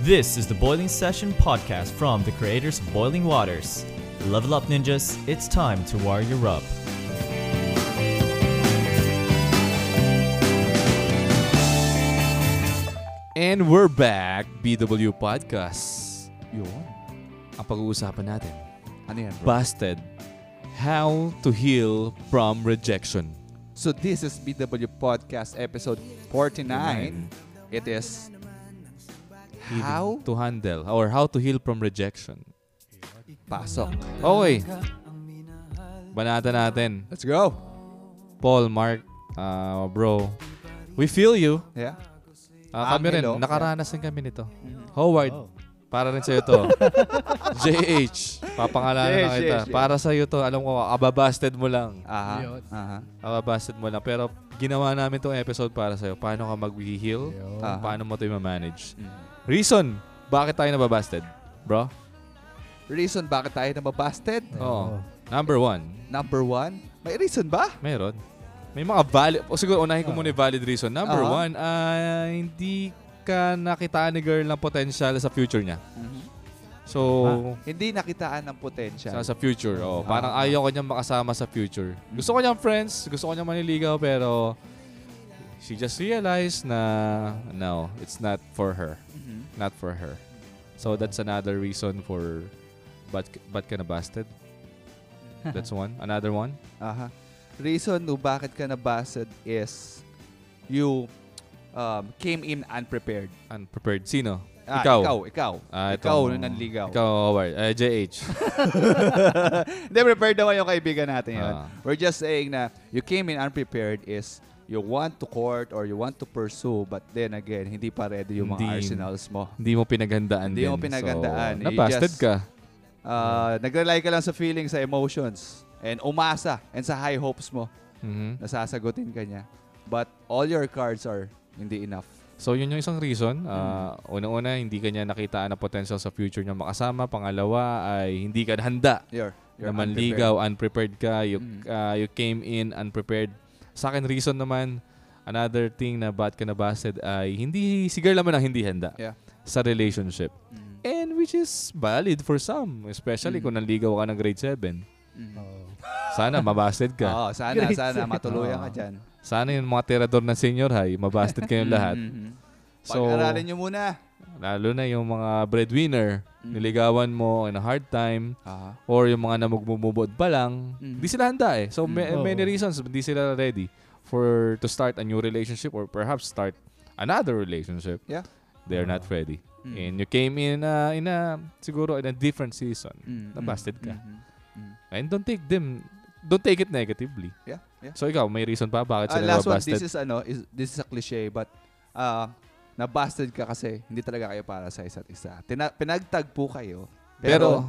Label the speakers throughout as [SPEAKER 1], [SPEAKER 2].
[SPEAKER 1] This is the Boiling Session podcast from the creators of Boiling Waters. Level up, ninjas. It's time to wire your up.
[SPEAKER 2] And we're back, BW Podcast. Yun. Ang pag-uusapan natin,
[SPEAKER 3] Ano yan, bro?
[SPEAKER 2] Busted, How to Heal from Rejection.
[SPEAKER 3] so this is BW Podcast episode 49. It is
[SPEAKER 2] Healing
[SPEAKER 3] How?
[SPEAKER 2] To Handle, or How to Heal from Rejection.
[SPEAKER 3] Pasok.
[SPEAKER 2] Okay. Banata natin.
[SPEAKER 3] Let's go.
[SPEAKER 2] Paul, Mark, ah, bro, we feel you.
[SPEAKER 3] Yeah.
[SPEAKER 2] Ah, kami rin,
[SPEAKER 3] Angelo.
[SPEAKER 2] nakaranas din kami nito.
[SPEAKER 3] Mm-hmm.
[SPEAKER 2] Howard,
[SPEAKER 3] Oh.
[SPEAKER 2] para rin sa'yo to. JH, papangalanan na
[SPEAKER 3] JH,
[SPEAKER 2] kita.
[SPEAKER 3] JH.
[SPEAKER 2] Para sa'yo to, alam ko, ababasted mo lang.
[SPEAKER 3] Aha.
[SPEAKER 4] Yun.
[SPEAKER 3] Aha.
[SPEAKER 2] Ababasted mo lang. Pero ginawa namin itong episode para sa'yo. Paano ka mag-heal?
[SPEAKER 4] Yo.
[SPEAKER 3] Ah.
[SPEAKER 2] Paano mo ito i-manage?
[SPEAKER 3] Mhm.
[SPEAKER 2] Reason, bakit tayo nababasted? Bro?
[SPEAKER 3] Reason bakit tayo nababasted?
[SPEAKER 2] Oo. Number one,
[SPEAKER 3] Number one. May reason ba?
[SPEAKER 2] meron. May mga valid, o siguro unahin ko muna yung valid reason. Number
[SPEAKER 3] Ah.
[SPEAKER 2] one, ah, hindi ka nakita ni girl ng potential sa future niya. So,
[SPEAKER 3] Hindi nakitaan ng potential.
[SPEAKER 2] sa, sa future. Oh,
[SPEAKER 3] Ah. Hmm.
[SPEAKER 2] parang ayaw ko niyang makasama sa future. Gusto ko niyang friends, gusto ko niyang maniligaw, pero she just realized na no, it's not for her.
[SPEAKER 3] Mhm.
[SPEAKER 2] Not for her. So that's another reason for but but ka na busted. That's one. Another one.
[SPEAKER 3] Aha. Uh-huh. Reason no bakit ka nabasted is you um, came in unprepared.
[SPEAKER 2] Unprepared. Sino?
[SPEAKER 3] Ah,
[SPEAKER 2] Ikaw.
[SPEAKER 3] Ikaw. Ikaw.
[SPEAKER 2] Ah,
[SPEAKER 3] ikaw
[SPEAKER 2] itong-
[SPEAKER 3] na nanligaw.
[SPEAKER 2] Ikaw, Howard. Eh, JH.
[SPEAKER 3] Hindi, prepared naman yung kaibigan natin yun.
[SPEAKER 2] Ah.
[SPEAKER 3] We're just saying na you came in unprepared is you want to court or you want to pursue but then again, hindi pa ready yung mga
[SPEAKER 2] Hindi.
[SPEAKER 3] arsenals mo.
[SPEAKER 2] Hindi mo pinaghandaan
[SPEAKER 3] Hindi
[SPEAKER 2] din.
[SPEAKER 3] mo pinaghandaan.
[SPEAKER 2] So,
[SPEAKER 3] You
[SPEAKER 2] nabasted
[SPEAKER 3] just-
[SPEAKER 2] ka.
[SPEAKER 3] Uh, Nag-rely ka lang sa feelings, sa emotions, and umasa, and sa high hopes mo
[SPEAKER 2] Mhm.
[SPEAKER 3] nasasagutin ka niya. But all your cards are hindi enough.
[SPEAKER 2] So, yun yung isang reason. Ah, Una-una, hindi ka niya nakitaan na potential sa future niya makasama. Pangalawa ay hindi ka handa
[SPEAKER 3] You're, you're
[SPEAKER 2] na manligaw, unprepared ka. You,
[SPEAKER 3] Mm.
[SPEAKER 2] ah, you came in unprepared. Sa akin, reason naman, another thing na ba't ka nabasted ay hindi, si girl naman ang hindi handa
[SPEAKER 3] Yeah.
[SPEAKER 2] sa relationship.
[SPEAKER 3] unprepared.
[SPEAKER 2] And which is valid for some, especially
[SPEAKER 3] Mm.
[SPEAKER 2] kung nanligaw ka ng grade 7.
[SPEAKER 3] Mm. Mm.
[SPEAKER 4] Oo.
[SPEAKER 2] Sana mabasted ka.
[SPEAKER 3] Oo, sana,
[SPEAKER 4] Great
[SPEAKER 3] sana
[SPEAKER 4] sa'yo.
[SPEAKER 3] matuluyan
[SPEAKER 2] Oo.
[SPEAKER 3] ka dyan.
[SPEAKER 2] Sana yung mga tirador ng senior high, mabasted kayong lahat.
[SPEAKER 3] Mhm.
[SPEAKER 2] So,
[SPEAKER 3] Pag-aralan nyo Mm. muna.
[SPEAKER 2] lalo na yung mga breadwinner, niligawan mo in a hard time,
[SPEAKER 3] Aha.
[SPEAKER 2] or yung mga namugmumubod pa lang,
[SPEAKER 3] Mm.
[SPEAKER 2] di sila handa eh. So, ma-
[SPEAKER 4] Mm, oo.
[SPEAKER 2] many reasons, di sila ready for to start a new relationship or perhaps start another relationship.
[SPEAKER 3] Yeah. Mm.
[SPEAKER 2] They're not ready. And you came in uh, in a, siguro, in a different season.
[SPEAKER 3] Mm,
[SPEAKER 2] nabasted ka.
[SPEAKER 3] mhm, mhm.
[SPEAKER 2] And don't take them, don't take it negatively.
[SPEAKER 3] Yeah, yeah.
[SPEAKER 2] So, ikaw, may reason pa bakit
[SPEAKER 3] Ah,
[SPEAKER 2] sila
[SPEAKER 3] last one,
[SPEAKER 2] nabasted?
[SPEAKER 3] this is ano, is, this is a cliche, but uh, nabasted ka kasi hindi talaga kayo para sa isa't isa. Tina- pinagtagpo kayo, pero,
[SPEAKER 2] Pero-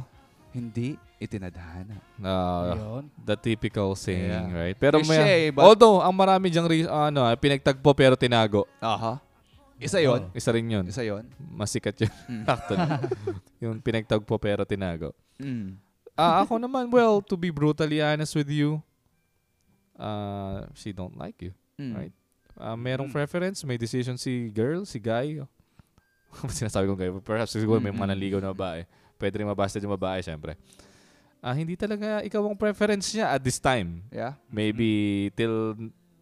[SPEAKER 3] hindi itinadhana.
[SPEAKER 2] Ah,
[SPEAKER 4] Yun.
[SPEAKER 2] the typical saying,
[SPEAKER 3] Yeah.
[SPEAKER 2] right? Pero may,
[SPEAKER 3] Cliche, but-
[SPEAKER 2] although, ang marami diyang re- ano, ah, pinagtagpo pero tinago.
[SPEAKER 3] Aha. Isa yon
[SPEAKER 2] Isa rin yun.
[SPEAKER 3] Isa yon
[SPEAKER 2] Masikat yun.
[SPEAKER 3] Mm.
[SPEAKER 2] Actually. yung pinagtagpo pero tinago.
[SPEAKER 3] Mm.
[SPEAKER 2] Ah, ako naman, well, to be brutally honest with you, uh, she don't like you.
[SPEAKER 3] Mm.
[SPEAKER 2] Right. Ah, merong
[SPEAKER 3] Mm.
[SPEAKER 2] preference, may decision si girl, si guy. Sinasabi ko kayo, perhaps siguro may
[SPEAKER 3] Mm, mm.
[SPEAKER 2] mga nanligaw na babae. Pwede rin mabasted yung babae, syempre. Ah, hindi talaga ikaw ang preference niya at this time.
[SPEAKER 3] Yeah.
[SPEAKER 2] Maybe till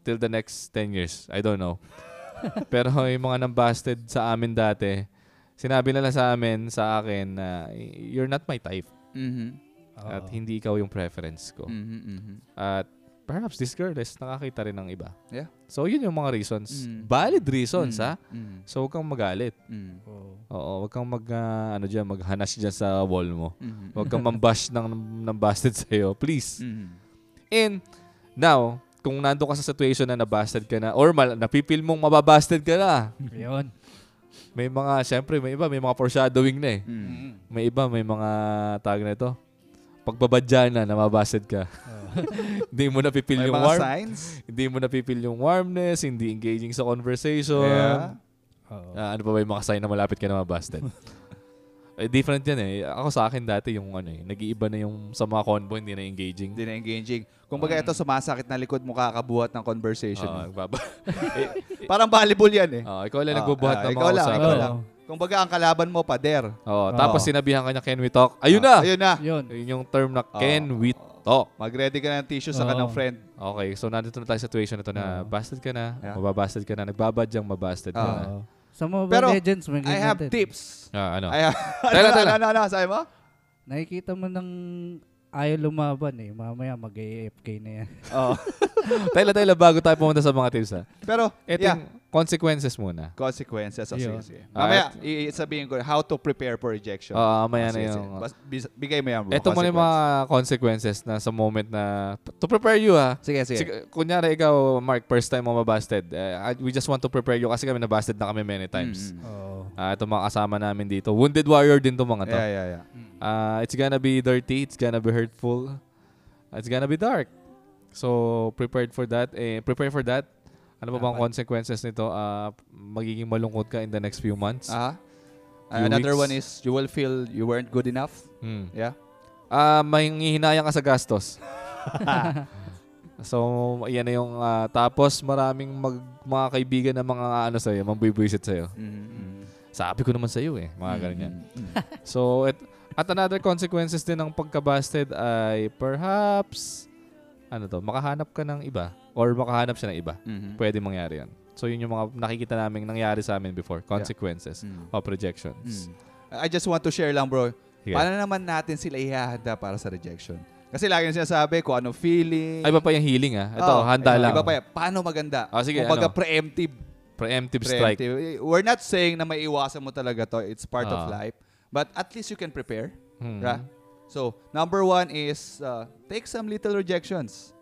[SPEAKER 2] till the next 10 years. I don't know. Pero yung mga nambasted sa amin dati, sinabi nila sa amin, sa akin, na you're not my type.
[SPEAKER 3] Mm-hmm.
[SPEAKER 4] Oh.
[SPEAKER 2] At hindi ikaw yung preference ko.
[SPEAKER 3] Mm-hmm, mm-hmm.
[SPEAKER 2] At perhaps this girl is nakakita rin ng iba.
[SPEAKER 3] Yeah.
[SPEAKER 2] So yun yung mga reasons.
[SPEAKER 3] Mm.
[SPEAKER 2] Valid reasons, ha?
[SPEAKER 3] Mm.
[SPEAKER 2] So huwag kang magalit.
[SPEAKER 3] Mm.
[SPEAKER 4] Oo.
[SPEAKER 2] Oo, huwag kang mag, ah, ano dyan, maghanas dyan sa wall mo.
[SPEAKER 3] Mm.
[SPEAKER 2] Huwag kang mambash ng, ng busted sa'yo. Please.
[SPEAKER 3] Mm.
[SPEAKER 2] And now, kung nando ka sa situation na nabasted ka na or mal- napipil mong mababasted ka na,
[SPEAKER 4] Yun.
[SPEAKER 2] may mga, syempre, may iba, may mga foreshadowing na eh.
[SPEAKER 3] Mm.
[SPEAKER 2] May iba, may mga tag na ito. Pagbabadya na, namabasted ka. hindi mo napipil
[SPEAKER 3] May
[SPEAKER 2] yung
[SPEAKER 3] mga
[SPEAKER 2] warm.
[SPEAKER 3] signs?
[SPEAKER 2] Hindi mo napipil yung warmness, hindi engaging sa conversation.
[SPEAKER 3] Yeah.
[SPEAKER 4] Oo.
[SPEAKER 2] Ah, ano pa ba yung mga sign na malapit ka na mabasted? eh, different yan eh. Ako sa akin dati yung ano eh, nag-iiba na yung sa mga convo, hindi na engaging.
[SPEAKER 3] Hindi na engaging. Kung baga ito sumasakit na likod mo kakabuhat ng conversation.
[SPEAKER 2] Ah,
[SPEAKER 3] mo.
[SPEAKER 2] baba.
[SPEAKER 3] Parang volleyball yan eh.
[SPEAKER 2] Ah, ikaw lang
[SPEAKER 3] Ah,
[SPEAKER 2] nagbubuhat
[SPEAKER 3] ah,
[SPEAKER 2] ng mga
[SPEAKER 3] ikaw lang,
[SPEAKER 2] usapan.
[SPEAKER 3] ikaw lang. Kung baga, ang kalaban mo, pader.
[SPEAKER 2] Oo, tapos
[SPEAKER 3] Oo.
[SPEAKER 2] sinabihan ka niya, can we talk? Ayun na!
[SPEAKER 3] Ayun Ah. na.
[SPEAKER 4] Yun.
[SPEAKER 2] Yun yung term na,
[SPEAKER 3] Oo.
[SPEAKER 2] can we talk?
[SPEAKER 3] Mag-ready ka ng tissue sa
[SPEAKER 4] Ah. Oo.
[SPEAKER 3] kanang friend.
[SPEAKER 2] Okay, so nandito na tayo sa situation na to na
[SPEAKER 4] Oo.
[SPEAKER 2] busted ka na,
[SPEAKER 3] Ah. Yeah.
[SPEAKER 2] mababasted ka na, nagbabadyang mabasted ka
[SPEAKER 3] Oo.
[SPEAKER 2] na.
[SPEAKER 4] Oo. Sa Mobile
[SPEAKER 3] Pero,
[SPEAKER 4] Legends, may
[SPEAKER 3] I
[SPEAKER 4] ganyan
[SPEAKER 3] have
[SPEAKER 4] natin.
[SPEAKER 3] tips.
[SPEAKER 2] Ah, ano?
[SPEAKER 3] I have...
[SPEAKER 2] Tela,
[SPEAKER 3] ano,
[SPEAKER 2] tela.
[SPEAKER 3] ano, ano, sabi mo?
[SPEAKER 4] Nakikita mo ng ayaw lumaban eh. Mamaya mag-AFK na yan.
[SPEAKER 3] Oo.
[SPEAKER 2] Tayla, tayla, bago tayo pumunta sa mga tips ha.
[SPEAKER 3] Pero,
[SPEAKER 2] Ito
[SPEAKER 3] yeah.
[SPEAKER 2] yung consequences muna.
[SPEAKER 3] Consequences. Oh, sige,
[SPEAKER 4] Yun.
[SPEAKER 3] sige.
[SPEAKER 2] Ah,
[SPEAKER 3] Mamaya, i- sabihin ko how to prepare for rejection.
[SPEAKER 2] Oo, mamaya
[SPEAKER 3] Ah,
[SPEAKER 2] na
[SPEAKER 3] sige,
[SPEAKER 2] yung...
[SPEAKER 3] sige. Bas- bis- bigay mo yan, bro.
[SPEAKER 2] Ito muna yung mga consequences na sa moment na... To prepare you ha.
[SPEAKER 3] Consequences. Sige, sige.
[SPEAKER 2] Sig- kunyari ikaw, Mark, first time mo mabasted. Eh, I- we just want to prepare you kasi kami nabasted na kami many times.
[SPEAKER 3] Mm, mm.
[SPEAKER 4] Oo.
[SPEAKER 2] Ah, ito mga kasama namin dito. Wounded warrior din to mga to.
[SPEAKER 3] Yeah, yeah, yeah.
[SPEAKER 2] Ah, it's gonna be dirty, it's gonna be hurtful, it's gonna be dark. So, prepared for that. Eh, prepare for that. Ano pa bang consequences nito? Ah, magiging malungkot ka in the next few months.
[SPEAKER 3] Aha.
[SPEAKER 2] Few
[SPEAKER 3] another
[SPEAKER 2] weeks.
[SPEAKER 3] one is you will feel you weren't good enough.
[SPEAKER 2] Mm.
[SPEAKER 3] Yeah.
[SPEAKER 2] Ah, manghihinayang ka sa gastos. so, yan na yung ah, tapos maraming mag, mga kaibigan na mga ano sa'yo, mambibwisit sa'yo.
[SPEAKER 3] Mm-hmm.
[SPEAKER 2] Sabi ko naman sa'yo eh, mga ganyan. So, at, at another consequences din ng pagkabasted ay perhaps, ano to, makahanap ka ng iba or makahanap siya ng iba.
[SPEAKER 3] Mm-hmm.
[SPEAKER 2] Pwede mangyari yan. So, yun yung mga nakikita namin nangyari sa amin before. Consequences
[SPEAKER 3] Mm-hmm.
[SPEAKER 2] of
[SPEAKER 3] Hmm.
[SPEAKER 2] rejections.
[SPEAKER 3] I just want to share lang, bro.
[SPEAKER 2] Mm. Sige.
[SPEAKER 3] Paano naman natin sila ihahanda para sa rejection? Kasi lagi na sinasabi kung ano feeling.
[SPEAKER 2] Ay, iba pa yung healing ah. Ito,
[SPEAKER 3] Oo,
[SPEAKER 2] handa
[SPEAKER 3] Oh, iba-
[SPEAKER 2] lang.
[SPEAKER 3] Iba pa yan. Paano maganda?
[SPEAKER 2] Ah, sige,
[SPEAKER 3] Kung baga
[SPEAKER 2] ano?
[SPEAKER 3] preemptive.
[SPEAKER 2] Preemptive strike.
[SPEAKER 3] preemptive. Eh, We're not saying na maiiwasan mo talaga to. It's part of
[SPEAKER 2] Ah.
[SPEAKER 3] life. But at least you can prepare.
[SPEAKER 2] Hmm.
[SPEAKER 3] Ra? So, number one is uh, take some little rejections.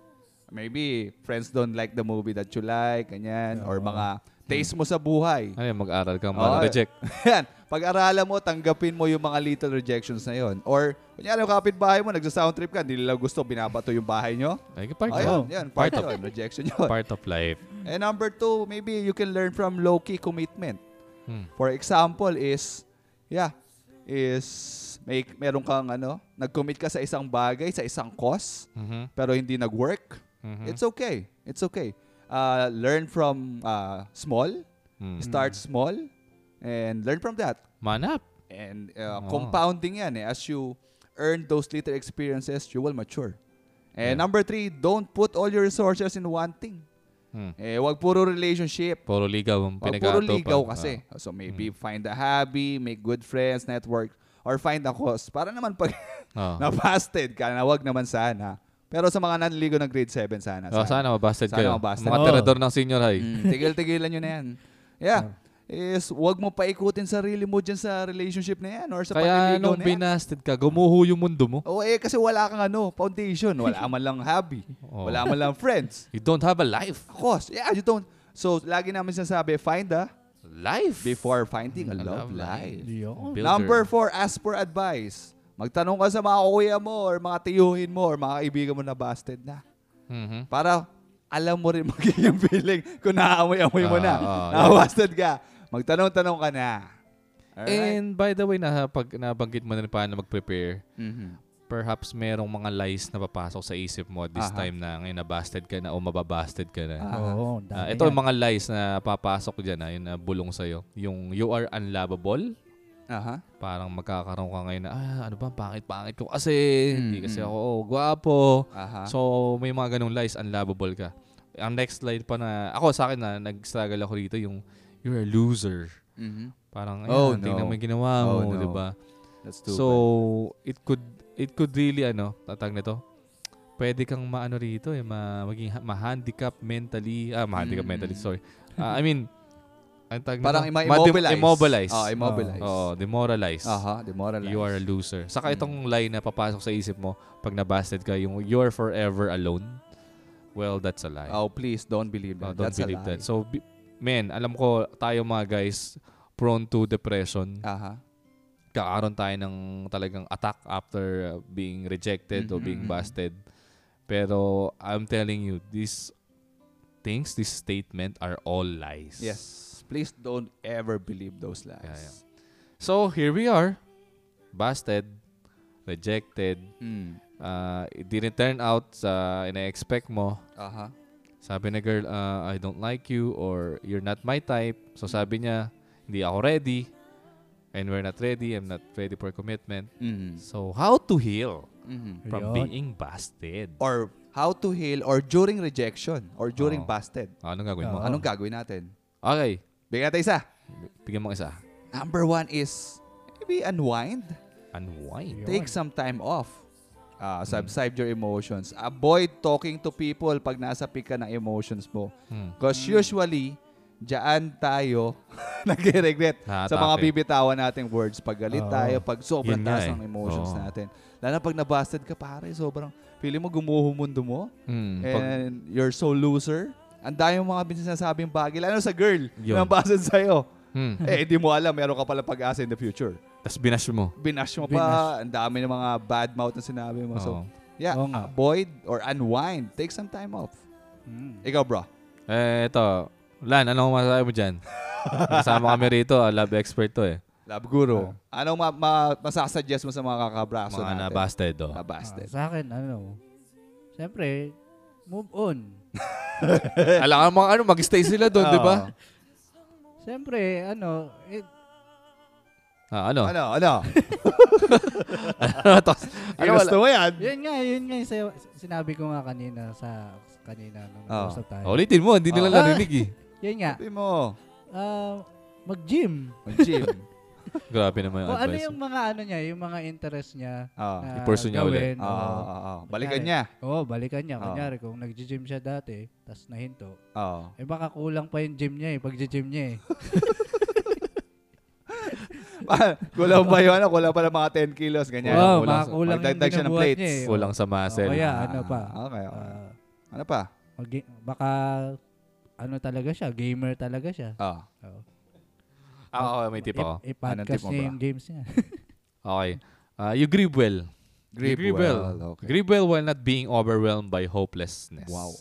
[SPEAKER 3] Maybe friends don't like the movie that you like, ganyan, or mga taste mo sa buhay.
[SPEAKER 2] Ano yan, mag-aral kang
[SPEAKER 3] Oo,
[SPEAKER 2] mag-reject.
[SPEAKER 3] Yan, pag-aralan mo, tanggapin mo yung mga little rejections na yon. Or, kunyari, yung kapitbahay mo, nagsa-sound trip ka, hindi nila gusto, binabato yung bahay nyo.
[SPEAKER 2] Ay, part,
[SPEAKER 3] Oh,
[SPEAKER 2] of,
[SPEAKER 3] yun, yun, part,
[SPEAKER 2] Part of-
[SPEAKER 3] yun, rejection yun.
[SPEAKER 2] part of life.
[SPEAKER 3] And number two, maybe you can learn from low-key commitment.
[SPEAKER 2] Hmm.
[SPEAKER 3] For example is, yeah, is may meron kang ano, nag-commit ka sa isang bagay, sa isang cause,
[SPEAKER 2] Mhm.
[SPEAKER 3] pero hindi nag-work.
[SPEAKER 2] Mhm.
[SPEAKER 3] It's okay. It's okay. Uh, learn from uh, small,
[SPEAKER 2] Hmm.
[SPEAKER 3] start small, and learn from that.
[SPEAKER 2] Manap.
[SPEAKER 3] And uh,
[SPEAKER 2] Oo.
[SPEAKER 3] compounding yan eh. As you earn those little experiences, you will mature. And
[SPEAKER 2] Yeah.
[SPEAKER 3] number three, don't put all your resources in one thing.
[SPEAKER 2] Hmm.
[SPEAKER 3] Eh, wag puro relationship.
[SPEAKER 2] Puro ligaw ang
[SPEAKER 3] Wag
[SPEAKER 2] pinag-ato.
[SPEAKER 3] Oh, puro ligaw kasi.
[SPEAKER 2] Ah.
[SPEAKER 3] So maybe
[SPEAKER 2] Hmm.
[SPEAKER 3] find a hobby, make good friends, network, or find a cause. Para naman pag
[SPEAKER 2] Ah. Ah.
[SPEAKER 3] nabasted ka, na wag naman sana. Pero sa mga nanligo ng grade 7, sana.
[SPEAKER 2] Oh, sana mabasted
[SPEAKER 3] Sana
[SPEAKER 2] kayo.
[SPEAKER 3] mabasted. Oh.
[SPEAKER 2] Mga
[SPEAKER 4] Oo.
[SPEAKER 2] terador ng senior high.
[SPEAKER 3] Mm, tigil-tigilan nyo na yan. Yeah. Is wag mo paikutin sarili mo dyan sa relationship na yan or sa
[SPEAKER 2] Kaya
[SPEAKER 3] panliligaw
[SPEAKER 2] nung
[SPEAKER 3] na yan.
[SPEAKER 2] binasted ka, gumuho yung mundo mo.
[SPEAKER 3] Oo eh, kasi wala kang ano, foundation. Wala man lang hobby.
[SPEAKER 2] Oo.
[SPEAKER 3] Wala man lang friends.
[SPEAKER 2] You don't have a life.
[SPEAKER 3] Of course. Yeah, you don't. So, lagi namin sinasabi, find a
[SPEAKER 2] Life? Oh,
[SPEAKER 3] before finding a love,
[SPEAKER 2] love
[SPEAKER 3] life.
[SPEAKER 2] life.
[SPEAKER 4] Yun.
[SPEAKER 2] Builder.
[SPEAKER 3] Number four, ask for advice. Magtanong ka sa mga kuya mo or mga tiyuhin mo or mga kaibigan mo na busted na.
[SPEAKER 2] Mhm.
[SPEAKER 3] Mm-hmm. Para alam mo rin magiging feeling kung naamoy-amoy mo
[SPEAKER 2] Ah,
[SPEAKER 3] na.
[SPEAKER 2] ah,
[SPEAKER 3] na busted ka. Magtanong-tanong ka na. Alright?
[SPEAKER 2] And by the way, na pag nabanggit mo na rin paano mag-prepare,
[SPEAKER 3] Mhm.
[SPEAKER 2] perhaps merong mga lies na papasok sa isip mo this
[SPEAKER 3] Aha.
[SPEAKER 2] time na ngayon nabasted ka na o mababasted ka na.
[SPEAKER 3] Ah.
[SPEAKER 4] Oo, ang
[SPEAKER 2] Ah,
[SPEAKER 4] dami
[SPEAKER 2] ito yung
[SPEAKER 4] yan.
[SPEAKER 2] mga lies na papasok dyan, ah, yun na bulong sa'yo. Yung you are unlovable,
[SPEAKER 3] Aha.
[SPEAKER 2] parang magkakaroon ka ngayon na, ah, ano ba, pangit-pangit ko kasi, hindi
[SPEAKER 3] Mm,
[SPEAKER 2] kasi
[SPEAKER 3] mm.
[SPEAKER 2] ako oh, gwapo.
[SPEAKER 3] Aha.
[SPEAKER 2] So, may mga ganong lies, unlovable ka. Ang next slide pa na, ako sa akin na, nag-struggle ako dito, yung, you're a loser.
[SPEAKER 3] Mhm.
[SPEAKER 2] Parang,
[SPEAKER 3] Oh,
[SPEAKER 2] ayan, tingnan
[SPEAKER 3] no.
[SPEAKER 2] mo yung ginawa mo,
[SPEAKER 3] Oh, no.
[SPEAKER 2] di ba?
[SPEAKER 3] That's too
[SPEAKER 2] So, it could, it could really, ano, tatag nito, pwede kang maano rito, eh, ma, maging ha- ma-handicap mentally, ah, ma-handicap
[SPEAKER 3] Mm.
[SPEAKER 2] mentally, sorry. Ah, I mean, ang tag
[SPEAKER 3] bad. Parang
[SPEAKER 2] nito?
[SPEAKER 3] ima-
[SPEAKER 2] Ma- dem-
[SPEAKER 3] immobilize.
[SPEAKER 2] immobilize.
[SPEAKER 3] Ah, immobilize. Ah.
[SPEAKER 2] Oo, demoralize.
[SPEAKER 3] Aha, demoralize.
[SPEAKER 2] You are a loser. Saka
[SPEAKER 3] Mm.
[SPEAKER 2] itong line na papasok sa isip mo pag nabasted ka, yung you're forever alone. Well, that's a lie.
[SPEAKER 3] Oh, please, don't believe
[SPEAKER 2] Oh,
[SPEAKER 3] that.
[SPEAKER 2] don't
[SPEAKER 3] That's a
[SPEAKER 2] believe
[SPEAKER 3] lie.
[SPEAKER 2] that. So, bi- men, alam ko tayo mga guys prone to depression.
[SPEAKER 3] Aha.
[SPEAKER 2] Kakaroon tayo ng talagang attack after uh, being rejected o
[SPEAKER 3] Mhm,
[SPEAKER 2] being
[SPEAKER 3] mhm.
[SPEAKER 2] busted. Pero I'm telling you, these things, these statement are all lies.
[SPEAKER 3] Yes. Please don't ever believe those lies.
[SPEAKER 2] Yeah, yeah. So, here we are. Busted, rejected,
[SPEAKER 3] Mm.
[SPEAKER 2] uh, it didn't turn out sa ina-expect mo.
[SPEAKER 3] Aha.
[SPEAKER 2] Sabi na girl, ah, uh, I don't like you or you're not my type. So sabi niya, hindi ako ready. And we're not ready. I'm not ready for commitment.
[SPEAKER 3] Mhm.
[SPEAKER 2] So, how to heal
[SPEAKER 3] Mhm.
[SPEAKER 2] from E.
[SPEAKER 4] Ayun.
[SPEAKER 2] being busted?
[SPEAKER 3] Or how to heal or during rejection or
[SPEAKER 2] Oo.
[SPEAKER 3] during busted.
[SPEAKER 2] Anong gagawin mo?
[SPEAKER 3] Ah.
[SPEAKER 4] Oo.
[SPEAKER 3] Anong gagawin natin?
[SPEAKER 2] Okay.
[SPEAKER 3] Bigyan natin isa.
[SPEAKER 2] Bigyan mo ng isa.
[SPEAKER 3] Number one is maybe unwind.
[SPEAKER 2] Unwind.
[SPEAKER 4] Yun.
[SPEAKER 3] Take some time off. Ah,
[SPEAKER 2] Hmm.
[SPEAKER 3] subside your emotions. Avoid talking to people pag nasa peak ka ng emotions mo.
[SPEAKER 2] Hmm.
[SPEAKER 3] Because usually, diyan tayo nagre-regret sa mga
[SPEAKER 2] Naatake.
[SPEAKER 3] bibitawan nating words. Pag galit
[SPEAKER 4] Oo.
[SPEAKER 3] tayo, pag sobrang
[SPEAKER 2] Yun nga
[SPEAKER 3] taas
[SPEAKER 2] eh.
[SPEAKER 3] ng emotions
[SPEAKER 2] Oo.
[SPEAKER 3] natin. Lalo pag nabasted ka, pare, sobrang feeling mo gumuho mundo mo.
[SPEAKER 2] Hmm. Pag,
[SPEAKER 3] And you're so loser. Ang dami mong mga sinasabing bagay. Lalo sa girl
[SPEAKER 2] Yun.
[SPEAKER 3] na nabasted sa'yo.
[SPEAKER 2] hmm.
[SPEAKER 3] eh, hindi mo alam, meron ka pala pag-asa in the future.
[SPEAKER 2] Tapos binash mo.
[SPEAKER 3] Binash mo
[SPEAKER 4] Binash.
[SPEAKER 3] pa, ang dami ng mga bad mouth na sinabi mo. So,
[SPEAKER 2] Oo.
[SPEAKER 3] yeah,
[SPEAKER 4] Oo nga.
[SPEAKER 3] avoid or unwind. Take some time off.
[SPEAKER 2] Ah.
[SPEAKER 4] Mm.
[SPEAKER 3] Ikaw, bro.
[SPEAKER 2] Eh, ito. Lan, anong masasabi mo dyan? Kasama kami rito. ah, Love expert to eh.
[SPEAKER 3] Love Guru. Anong ma- ma- masasuggest mo sa mga kakabraso
[SPEAKER 2] Mga
[SPEAKER 3] natin?
[SPEAKER 2] na-busted. Oh.
[SPEAKER 3] Nabasted.
[SPEAKER 4] Ah, sa akin, ano, siyempre, move on.
[SPEAKER 2] Alam ka mga ano, mag-stay sila doon, di ba?
[SPEAKER 4] Siyempre, ano, eh,
[SPEAKER 2] Ah, ano?
[SPEAKER 3] Oo. Ano, ano?
[SPEAKER 2] Tapos,
[SPEAKER 3] ano gusto mo yan?
[SPEAKER 4] yun nga, yun nga yung sayo- sinabi ko nga kanina sa kanina nung
[SPEAKER 2] Ah.
[SPEAKER 3] Oo.
[SPEAKER 4] usap tayo.
[SPEAKER 2] Ulitin mo, hindi nila
[SPEAKER 3] Ah.
[SPEAKER 2] narinig eh.
[SPEAKER 4] Yun nga,
[SPEAKER 3] Sabi mo. Oh,
[SPEAKER 4] ah, mag-gym.
[SPEAKER 3] Gym.
[SPEAKER 2] Grabe naman yung
[SPEAKER 4] O ano
[SPEAKER 2] Ah, advice.
[SPEAKER 4] yung mga ano niya, yung mga interest niya
[SPEAKER 3] Oo.
[SPEAKER 4] na
[SPEAKER 2] I-pursue niya ulit. Ah.
[SPEAKER 4] gawin,
[SPEAKER 3] Oo,
[SPEAKER 4] oo.
[SPEAKER 3] oo, oo. oh, Balikan
[SPEAKER 4] Kunyari.
[SPEAKER 3] niya.
[SPEAKER 4] Oo, balikan niya.
[SPEAKER 3] Oo.
[SPEAKER 4] Kunyari, kung nag-gym siya dati, tas nahinto,
[SPEAKER 3] Oo.
[SPEAKER 4] eh baka kulang pa yung gym niya eh, pag-gym niya eh.
[SPEAKER 3] kulang pa yun, ano? kulang pa ng mga 10 kilos, ganyan.
[SPEAKER 2] Oo,
[SPEAKER 4] Oo,
[SPEAKER 2] kulang
[SPEAKER 4] baka
[SPEAKER 2] sa-
[SPEAKER 4] kulang yung
[SPEAKER 3] magdagdag siya ng
[SPEAKER 4] binubuhat
[SPEAKER 3] plates.
[SPEAKER 4] niya eh.
[SPEAKER 2] Kulang sa muscle.
[SPEAKER 4] O kaya, ano
[SPEAKER 3] Ah,
[SPEAKER 4] pa,
[SPEAKER 3] Okay, okay.
[SPEAKER 4] ah,
[SPEAKER 3] ano pa?
[SPEAKER 4] mag- baka, ano talaga siya, gamer talaga siya.
[SPEAKER 3] Oo.
[SPEAKER 4] Oo.
[SPEAKER 2] Ah, okay, may tip ako.
[SPEAKER 4] I- I-podcast
[SPEAKER 3] Anong tip mo,
[SPEAKER 4] niya
[SPEAKER 3] bro?
[SPEAKER 4] yung games niya.
[SPEAKER 2] Okay. Ah, you grieve well.
[SPEAKER 3] Grip
[SPEAKER 2] Grieve
[SPEAKER 3] well. Okay.
[SPEAKER 2] Grieve well while not being overwhelmed by hopelessness.
[SPEAKER 3] Wow.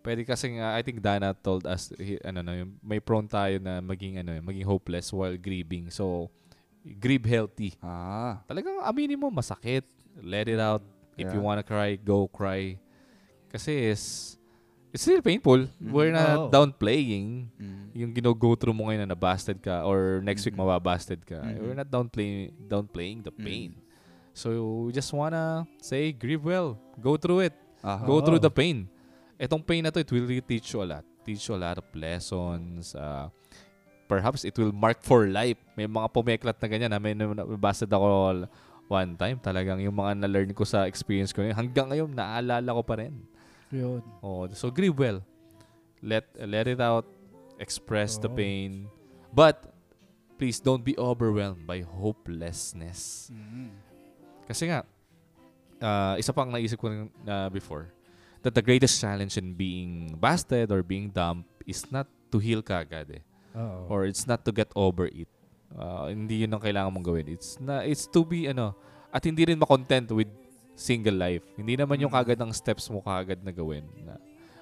[SPEAKER 2] Pwede kasi nga, I think Dana told us, he- ano no, yung- may prone tayo na maging, ano, maging hopeless while grieving. So, grieve healthy.
[SPEAKER 3] Ah.
[SPEAKER 2] talagang aminin mo, masakit. Let it out. If you
[SPEAKER 3] Yeah.
[SPEAKER 2] wanna cry, go cry. Kasi is, it's still painful. We're
[SPEAKER 4] Oo.
[SPEAKER 2] not downplaying
[SPEAKER 3] Mm.
[SPEAKER 2] yung gino-go through mo ngayon na nabasted ka or next week
[SPEAKER 3] Mhm.
[SPEAKER 2] mababasted ka.
[SPEAKER 3] Mhm.
[SPEAKER 2] We're not downplaying downplaying the
[SPEAKER 3] Mm.
[SPEAKER 2] pain. So, we just wanna say, grieve well. Go through it.
[SPEAKER 3] Aha.
[SPEAKER 2] Go
[SPEAKER 4] Oo.
[SPEAKER 2] through the pain. Itong pain na to, it will really teach you a lot. Teach you a lot of lessons. Uh, perhaps it will mark for life. May mga pumeklat na ganyan. Ha? May na- nabasad ako l- one time. Talagang yung mga na-learn ko sa experience ko. na yun, Hanggang ngayon, naaalala ko pa rin.
[SPEAKER 4] Yun.
[SPEAKER 2] Oh, so grieve well. Let, let it out. Express the
[SPEAKER 4] Oo.
[SPEAKER 2] pain. But, please don't be overwhelmed by hopelessness.
[SPEAKER 4] Mm.
[SPEAKER 2] Kasi nga, ah, isa pang naisip ko rin, ah, before, that the greatest challenge in being busted or being dumped is not to heal ka agad eh.
[SPEAKER 4] Oo.
[SPEAKER 2] Or it's not to get over it. Ah, hindi yun ang kailangan mong gawin. It's, na, it's to be, ano, at hindi rin makontent with single life. Hindi naman yung kagad ng steps mo kagad na gawin. Na,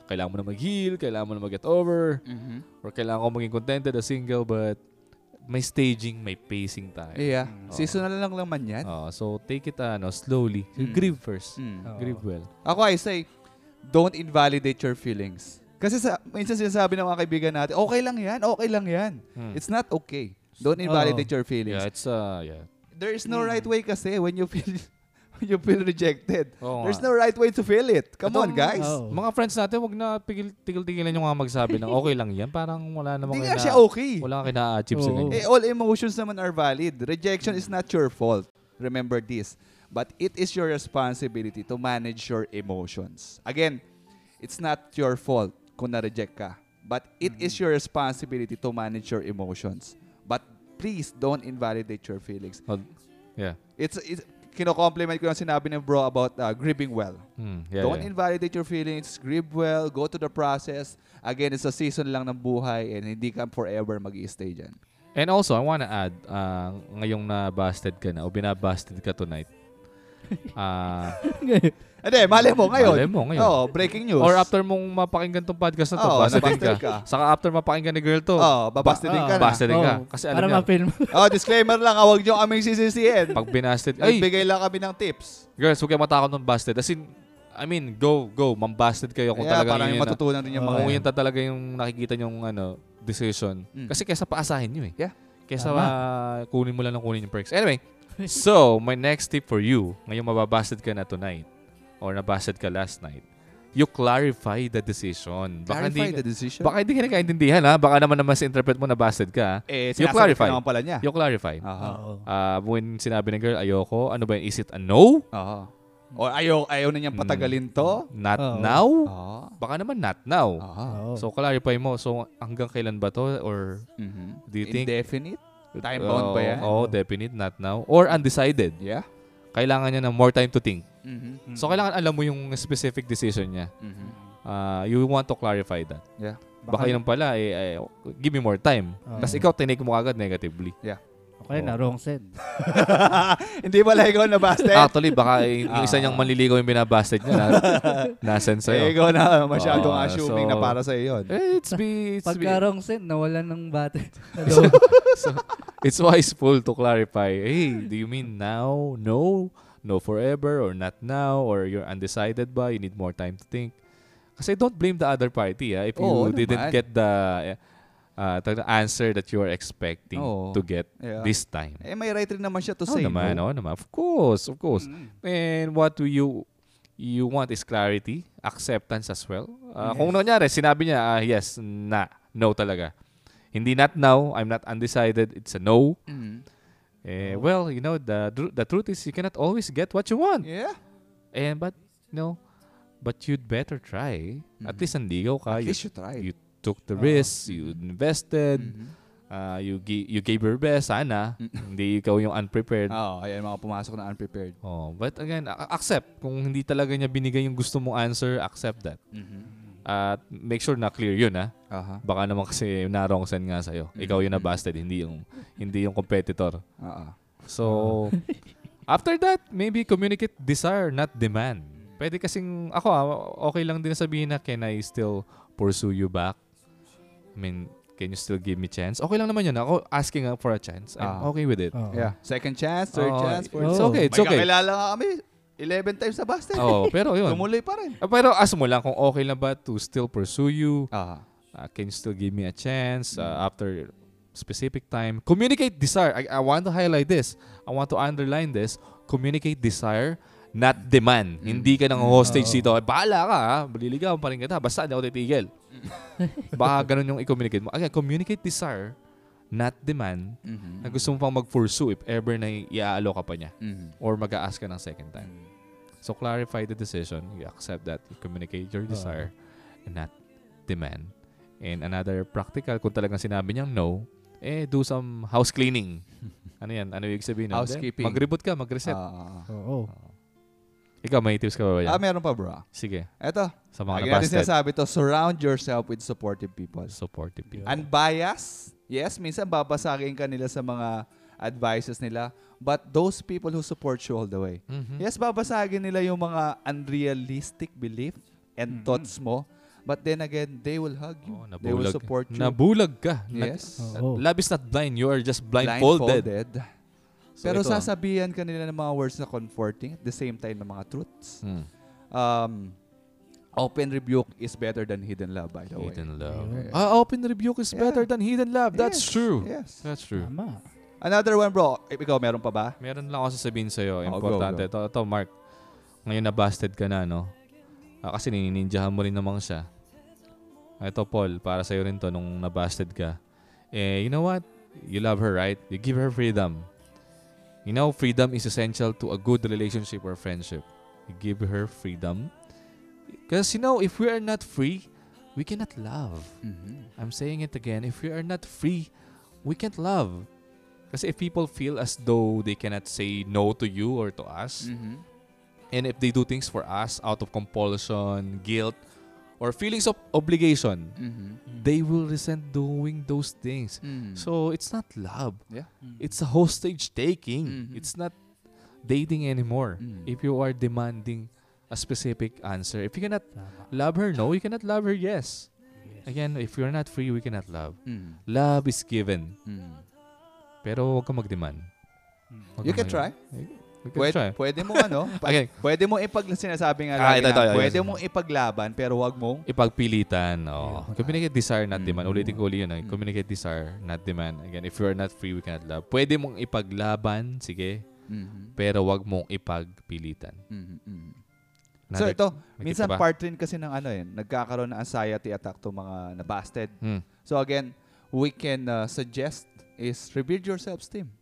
[SPEAKER 2] kailangan mo na mag-heal, kailangan mo na mag-get over,
[SPEAKER 3] Mhm.
[SPEAKER 2] or kailangan ko maging contented as single, but may staging, may pacing tayo.
[SPEAKER 3] Yeah.
[SPEAKER 4] Mm.
[SPEAKER 3] Seasonal lang naman yan.
[SPEAKER 2] Ah, so take it ano, slowly. You
[SPEAKER 3] Mm.
[SPEAKER 2] grieve first.
[SPEAKER 3] Mm.
[SPEAKER 4] Oo.
[SPEAKER 2] Grieve well.
[SPEAKER 3] Ako, I say, don't invalidate your feelings. Kasi sa, minsan sinasabi ng mga kaibigan natin, okay lang yan, okay lang yan. It's not okay. Don't invalidate your feelings.
[SPEAKER 2] Hmm. yeah, it's uh yeah.
[SPEAKER 3] There is no right way kasi when you feel when you feel rejected.
[SPEAKER 2] Oo
[SPEAKER 3] There's
[SPEAKER 2] nga.
[SPEAKER 3] no right way to feel it. Come
[SPEAKER 2] Itong-
[SPEAKER 3] on, guys.
[SPEAKER 4] Oo.
[SPEAKER 2] Mga friends natin, wag na pigil tigil-tigilan yung mga magsabi ng okay lang 'yan. Parang wala namang
[SPEAKER 3] Hindi
[SPEAKER 2] kina-
[SPEAKER 3] nga siya okay.
[SPEAKER 2] ano Wala kang kina-achieve sa
[SPEAKER 4] Oo.
[SPEAKER 2] ganyan.
[SPEAKER 3] Eh, all emotions naman are valid. Rejection is not your fault. Remember this. But it is your responsibility to manage your emotions. Again, it's not your fault kung na-reject ka. But it is your responsibility to manage your emotions. But please don't invalidate your feelings.
[SPEAKER 2] Hold- yeah.
[SPEAKER 3] It's, it's kino-compliment ko yung sinabi ng bro about uh, grieving well.
[SPEAKER 2] Hmm, yeah.
[SPEAKER 3] Don't
[SPEAKER 2] yeah.
[SPEAKER 3] invalidate your feelings. Grieve well. Go to the process. Again, it's a season lang ng buhay and hindi ka forever mag stay dyan.
[SPEAKER 2] And also, I wanna add, ah, ngayong na-busted ka na o binabusted ka tonight, ah,
[SPEAKER 3] Hindi, mali mo ngayon. Oh,
[SPEAKER 2] Malay mo ngayon.
[SPEAKER 3] Oo, breaking news.
[SPEAKER 2] or after mong mapakinggan tong podcast na to,
[SPEAKER 3] Oo,
[SPEAKER 2] busted din ka.
[SPEAKER 3] nabasted Oh, ka.
[SPEAKER 2] Saka after mapakinggan ni girl to,
[SPEAKER 3] Oo, babasted din ka na.
[SPEAKER 2] Busted din ka.
[SPEAKER 4] Oo.
[SPEAKER 2] Kasi alam
[SPEAKER 4] Para
[SPEAKER 2] niya,
[SPEAKER 4] ma-film.
[SPEAKER 3] Oo, disclaimer lang, ah, huwag niyo kaming sisisihin.
[SPEAKER 2] pag binasted, ay,
[SPEAKER 3] Nagbigay lang kami ng tips.
[SPEAKER 2] Girls, huwag kayo matakot ng busted. As in, I mean, go, go. Mambusted kayo kung
[SPEAKER 3] Kaya
[SPEAKER 2] talagang
[SPEAKER 3] parang
[SPEAKER 2] yun ah.
[SPEAKER 3] yung
[SPEAKER 2] yun na-
[SPEAKER 3] matutunan din yung
[SPEAKER 4] Oo,
[SPEAKER 3] mga
[SPEAKER 2] Kung
[SPEAKER 3] yan.
[SPEAKER 2] yun ta- talaga yung nakikita yung ano, decision.
[SPEAKER 3] Mm.
[SPEAKER 2] Kasi kesa paasahin nyo eh.
[SPEAKER 3] Yeah.
[SPEAKER 2] Kesa ah, kunin mo lang ng kunin yung perks. Anyway, so my next tip for you, ngayong mababasted ka na tonight or nabasted ka last night, you clarify the decision. Baka
[SPEAKER 3] Clarify
[SPEAKER 2] hindi,
[SPEAKER 3] the decision.
[SPEAKER 2] baka hindi ka nagkaintindihan ha. Baka naman na misinterpret mo na busted ka. ha?
[SPEAKER 3] eh,
[SPEAKER 2] you
[SPEAKER 3] sinasagot
[SPEAKER 2] clarify.
[SPEAKER 3] ko naman pala niya.
[SPEAKER 2] You clarify.
[SPEAKER 3] Aha.
[SPEAKER 4] Oo.
[SPEAKER 2] Ah, when sinabi ng girl, ayoko, ano ba yun? Is it a no?
[SPEAKER 3] Aha. Or ayaw, ayaw na
[SPEAKER 2] Hmm.
[SPEAKER 3] niyang patagalin to.
[SPEAKER 2] Not
[SPEAKER 4] Oo.
[SPEAKER 2] now?
[SPEAKER 3] Oo.
[SPEAKER 2] Baka naman not now.
[SPEAKER 3] Oo.
[SPEAKER 4] Oo.
[SPEAKER 2] Ah, So clarify mo. So hanggang kailan ba to or
[SPEAKER 3] Mhm.
[SPEAKER 2] Do you think- Oh,
[SPEAKER 3] Indefinite? Time bound ba yan?
[SPEAKER 2] Oo, oh, definite not now or undecided.
[SPEAKER 3] Yeah.
[SPEAKER 2] Kailangan niya ng more time to think.
[SPEAKER 3] Mhm.
[SPEAKER 2] So kailangan alam mo yung specific decision niya.
[SPEAKER 3] Mhm.
[SPEAKER 2] Ah, you want to clarify that.
[SPEAKER 3] Yeah.
[SPEAKER 2] Baka, yun pala eh, eh, give me more time.
[SPEAKER 3] Hmm.
[SPEAKER 4] Oo.
[SPEAKER 2] Tapos ikaw tinake mo agad negatively.
[SPEAKER 4] Okay na, wrong send.
[SPEAKER 3] Hindi pala ikaw na busted.
[SPEAKER 2] Actually, baka eh, yung isa niyang manliligaw yung binabasted niya na, nasen
[SPEAKER 3] Ah. Eh,
[SPEAKER 2] sa'yo.
[SPEAKER 3] ikaw na masyadong
[SPEAKER 2] Oo,
[SPEAKER 3] assuming
[SPEAKER 2] so-
[SPEAKER 3] na para sa yun.
[SPEAKER 2] Eh, It's be, it's, be,
[SPEAKER 4] Pagka wrong send, nawalan ng battery.
[SPEAKER 2] it's wiseful to clarify. Hey, do you mean now? No? No forever or not now? Or you're undecided ba? You need more time to think. Kasi don't blame the other party ah, if you
[SPEAKER 3] Oo,
[SPEAKER 2] didn't
[SPEAKER 3] naman.
[SPEAKER 2] get the uh, the answer that you were expecting
[SPEAKER 3] Oo.
[SPEAKER 2] to get
[SPEAKER 3] Yeah.
[SPEAKER 2] this time.
[SPEAKER 3] Eh, may right rin naman siya to
[SPEAKER 2] Oo Oh,
[SPEAKER 3] say
[SPEAKER 2] naman,
[SPEAKER 3] no. Mm.
[SPEAKER 2] oo naman. Of course, of course. And what do you you want is clarity, acceptance as well. Ah, Kung nangyari, sinabi niya, ah, yes, na, no talaga. Hindi not now, I'm not undecided, it's a no.
[SPEAKER 3] Mhm.
[SPEAKER 2] Eh, well, you know, the tru- the truth is you cannot always get what you want.
[SPEAKER 3] Yeah.
[SPEAKER 2] And but, you know, but you'd better try. At least nandigaw ka.
[SPEAKER 3] Mm-hmm. At
[SPEAKER 2] You,
[SPEAKER 3] least you tried.
[SPEAKER 2] you took the risk, you
[SPEAKER 3] Mm-hmm.
[SPEAKER 2] invested, ah, you, gi- you gave your best, sana.
[SPEAKER 3] Mm-hmm.
[SPEAKER 2] Hindi ikaw yung unprepared.
[SPEAKER 3] Oo, ayan mga pumasok na unprepared.
[SPEAKER 2] Oh, but again, a- accept. Kung hindi talaga niya binigay yung gusto mong answer, accept that.
[SPEAKER 3] Mm-hmm.
[SPEAKER 2] At make sure na clear yun, ha?
[SPEAKER 3] Aha.
[SPEAKER 2] Baka naman kasi narongsan nga sa'yo.
[SPEAKER 3] Mm.
[SPEAKER 2] Ikaw yung nabasted, hindi yung, hindi yung competitor.
[SPEAKER 3] Oo.
[SPEAKER 2] So, after that, maybe communicate desire, not demand. Pwede kasing, ako ah, okay lang din na sabihin na, can I still pursue you back? I mean, can you still give me chance? Okay lang naman yun. Ako asking ah, for a chance. I'm
[SPEAKER 3] Ah.
[SPEAKER 2] okay with it.
[SPEAKER 4] Oo.
[SPEAKER 3] Yeah. Second chance, third
[SPEAKER 2] Oo,
[SPEAKER 3] chance, fourth
[SPEAKER 2] It's
[SPEAKER 4] Oh.
[SPEAKER 2] okay, it's
[SPEAKER 3] May
[SPEAKER 2] okay.
[SPEAKER 3] kakilala nga kami. 11 times na busted.
[SPEAKER 2] Oh, pero yun.
[SPEAKER 3] Tumuloy pa rin.
[SPEAKER 2] Ah, Pero ask mo lang kung okay lang ba to still pursue you.
[SPEAKER 3] Aha.
[SPEAKER 2] Ah, can you still give me a chance ah, after specific time? Communicate desire. I, I want to highlight this. I want to underline this. Communicate desire, not demand. Hindi ka nang hostage dito. Eh, Bahala ka ha. Maliligaw pa rin kita. Basta hindi ako titigil. Baka ganun yung i-communicate mo. Again, communicate desire, not demand.
[SPEAKER 3] Mhm.
[SPEAKER 2] Na gusto mo pang mag-pursue if ever na i-allow ka pa niya.
[SPEAKER 3] Mhm.
[SPEAKER 2] Or mag-a-ask ka ng second time. So clarify the decision. You accept that. You communicate
[SPEAKER 3] Ah.
[SPEAKER 2] your desire and not demand. And another practical, kung talagang sinabi niyang no, eh, do some house cleaning. ano yan? Ano yung sabihin? nun?
[SPEAKER 3] Housekeeping.
[SPEAKER 2] Mag-reboot ka, mag-reset.
[SPEAKER 3] Ah.
[SPEAKER 4] Oo.
[SPEAKER 2] Ikaw, may tips ka ba ba yan?
[SPEAKER 3] Ah, meron pa bro.
[SPEAKER 2] Sige.
[SPEAKER 3] Eto.
[SPEAKER 2] Sa mga
[SPEAKER 3] Lagi natin
[SPEAKER 2] nabasted.
[SPEAKER 3] sinasabi to, surround yourself with supportive people.
[SPEAKER 2] Supportive people.
[SPEAKER 3] Unbiased. Yes, minsan babasagin ka nila sa mga advices nila. But those people who support you all the way.
[SPEAKER 2] Mhm.
[SPEAKER 3] Yes, babasagin nila yung mga unrealistic belief and
[SPEAKER 2] Mm-hmm.
[SPEAKER 3] thoughts mo. But then again, they will hug you.
[SPEAKER 2] Oo,
[SPEAKER 3] they will
[SPEAKER 2] Oh, nabulag.
[SPEAKER 3] support you.
[SPEAKER 2] Nabulag ka. Nag-
[SPEAKER 3] yes. Oh.
[SPEAKER 4] Oo.
[SPEAKER 2] Labis not blind. You are just blindfolded. So,
[SPEAKER 3] Pero
[SPEAKER 2] ito, ah.
[SPEAKER 3] sasabihan ka nila ng mga words na comforting at the same time ng mga truths.
[SPEAKER 2] Hmm.
[SPEAKER 3] Um, open rebuke is better than hidden love, by the way.
[SPEAKER 2] Hidden love.
[SPEAKER 4] Yun.
[SPEAKER 2] Ah, open rebuke is
[SPEAKER 3] Yeah.
[SPEAKER 2] better than hidden love. That's
[SPEAKER 3] Yes,
[SPEAKER 2] true.
[SPEAKER 3] Yes.
[SPEAKER 2] That's true.
[SPEAKER 4] Tama.
[SPEAKER 3] Another one, bro. Eh, Ikaw, meron pa ba?
[SPEAKER 2] Meron lang ako sasabihin sa'yo.
[SPEAKER 3] Oh, go,
[SPEAKER 2] Importante. Ito, ito, Mark. Ngayon na-busted ka na, no? Ah, kasi nininjahan mo rin naman siya. Ah, Ito, Paul. Para sa'yo rin to nung na-busted ka. Eh, you know what? You love her, right? You give her freedom. You know, freedom is essential to a good relationship or friendship. You give her freedom. Because, you know, if we are not free, we cannot love. I'm saying it again. If we are not free, we can't love. Kasi if people feel as though they cannot say no to you or to us,
[SPEAKER 3] Mhm.
[SPEAKER 2] and if they do things for us out of compulsion, guilt, or feelings of obligation,
[SPEAKER 3] Mhm.
[SPEAKER 2] they will resent doing those things.
[SPEAKER 3] Mhm.
[SPEAKER 2] So it's not love.
[SPEAKER 3] Yeah.
[SPEAKER 2] It's a hostage taking.
[SPEAKER 3] Mhm.
[SPEAKER 2] It's not dating anymore.
[SPEAKER 3] Mhm.
[SPEAKER 2] If you are demanding a specific answer, if you cannot
[SPEAKER 4] Tama.
[SPEAKER 2] love her, no. You cannot love her, yes.
[SPEAKER 4] Yes.
[SPEAKER 2] Again, if you're not free, we cannot love.
[SPEAKER 3] Mhm.
[SPEAKER 2] Love is given.
[SPEAKER 3] Mhm.
[SPEAKER 2] Pero huwag kang mag-demand. Huwag
[SPEAKER 4] Mm.
[SPEAKER 3] You
[SPEAKER 2] kang
[SPEAKER 3] can try.
[SPEAKER 2] mag- We can
[SPEAKER 3] Pwede,
[SPEAKER 2] try.
[SPEAKER 3] pwede mo ano? pa-
[SPEAKER 2] Okay.
[SPEAKER 3] Pwede mo ipag sinasabi nga
[SPEAKER 2] Ah,
[SPEAKER 3] lagi
[SPEAKER 2] ito, ito,
[SPEAKER 3] na,
[SPEAKER 2] ito,
[SPEAKER 3] pwede
[SPEAKER 2] ito.
[SPEAKER 3] mo ipaglaban pero wag mo.
[SPEAKER 2] Ipagpilitan. Oh. Communicate desire, not demand. Ulitin ko uli yun. ah.
[SPEAKER 3] Mm.
[SPEAKER 2] Communicate desire, not demand. Again, if you are not free, we cannot love. Pwede mong ipaglaban, sige, pero wag mong ipagpilitan. Another-
[SPEAKER 3] So ito,
[SPEAKER 2] Mm-hmm. may
[SPEAKER 3] minsan
[SPEAKER 2] kita ba?
[SPEAKER 3] part rin kasi ng ano eh, nagkakaroon ng anxiety attack to mga nabasted.
[SPEAKER 2] Hmm.
[SPEAKER 3] So again, we can uh, suggest is rebuild your self-esteem.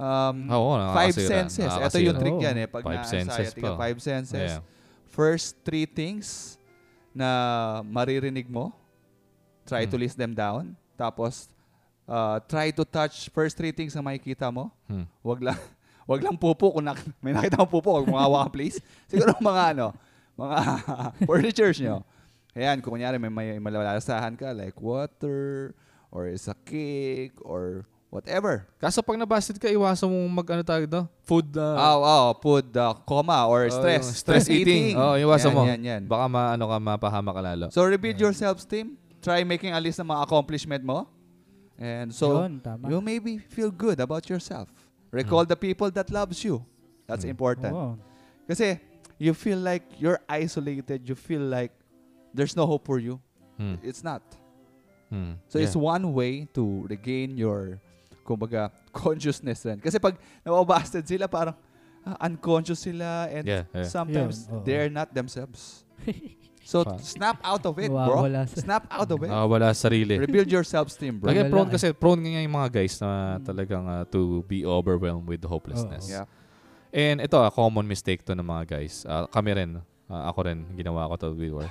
[SPEAKER 3] Um,
[SPEAKER 2] Ah, Oo,
[SPEAKER 3] five
[SPEAKER 2] nakakasira.
[SPEAKER 3] senses. Ito
[SPEAKER 2] Nakakasira.
[SPEAKER 3] yung trick
[SPEAKER 4] Oo.
[SPEAKER 3] yan eh. Pag
[SPEAKER 2] Five senses
[SPEAKER 3] na-anxiety ka,
[SPEAKER 2] pa.
[SPEAKER 3] five senses.
[SPEAKER 2] Yeah.
[SPEAKER 3] First three things na maririnig mo, try to
[SPEAKER 2] Hmm.
[SPEAKER 3] list them down. Tapos, uh, try to touch first three things na makikita mo.
[SPEAKER 2] Hmm.
[SPEAKER 3] Wag lang wag lang pupo kung nak- may nakita kang pupo, wag mga please. Siguro mga ano, mga furnitures nyo. Ayan, kung kunyari may, may malalasahan ka like water or is a cake or whatever.
[SPEAKER 2] Kaso pag nabasted ka, iwasan mong mag, ano tawag doon? Food, ah,
[SPEAKER 3] Oh, oh, food uh, coma or
[SPEAKER 2] oh,
[SPEAKER 3] stress.
[SPEAKER 2] yung stress eating. Oo, iwasan
[SPEAKER 3] Yan,
[SPEAKER 2] mo.
[SPEAKER 3] Yan, yan.
[SPEAKER 2] Baka ma, ano ka, mapahama ka lalo.
[SPEAKER 3] So, rebuild your self-esteem. Try making a list ng mga accomplishment mo. And so,
[SPEAKER 4] Yun, tama.
[SPEAKER 3] you maybe feel good about yourself. Recall
[SPEAKER 2] Hmm.
[SPEAKER 3] the people that loves you. That's important.
[SPEAKER 4] Oo.
[SPEAKER 3] Kasi, you feel like you're isolated. You feel like there's no hope for you.
[SPEAKER 2] Hmm.
[SPEAKER 3] It's not.
[SPEAKER 2] Hmm.
[SPEAKER 3] So,
[SPEAKER 2] Yeah.
[SPEAKER 3] it's one way to regain your, kumbaga, consciousness rin. Kasi pag nababasted sila, parang ah, unconscious sila and
[SPEAKER 2] Yeah, yeah.
[SPEAKER 3] sometimes
[SPEAKER 4] Yun, oo.
[SPEAKER 3] they're not themselves. so,
[SPEAKER 2] Fuck.
[SPEAKER 3] snap out of it, bro.
[SPEAKER 4] Nawawala sa-
[SPEAKER 3] Snap out of it.
[SPEAKER 2] Ah, wala sa sarili.
[SPEAKER 3] Rebuild your self-esteem, bro.
[SPEAKER 2] Again,
[SPEAKER 4] Wala
[SPEAKER 2] prone
[SPEAKER 4] eh.
[SPEAKER 2] kasi, prone nga yung mga guys na talagang ah, to be overwhelmed with hopelessness.
[SPEAKER 3] Yeah.
[SPEAKER 2] And ito, ah, common mistake to ng mga guys. Ah, kami rin, ah, ako rin, ginawa ko to before.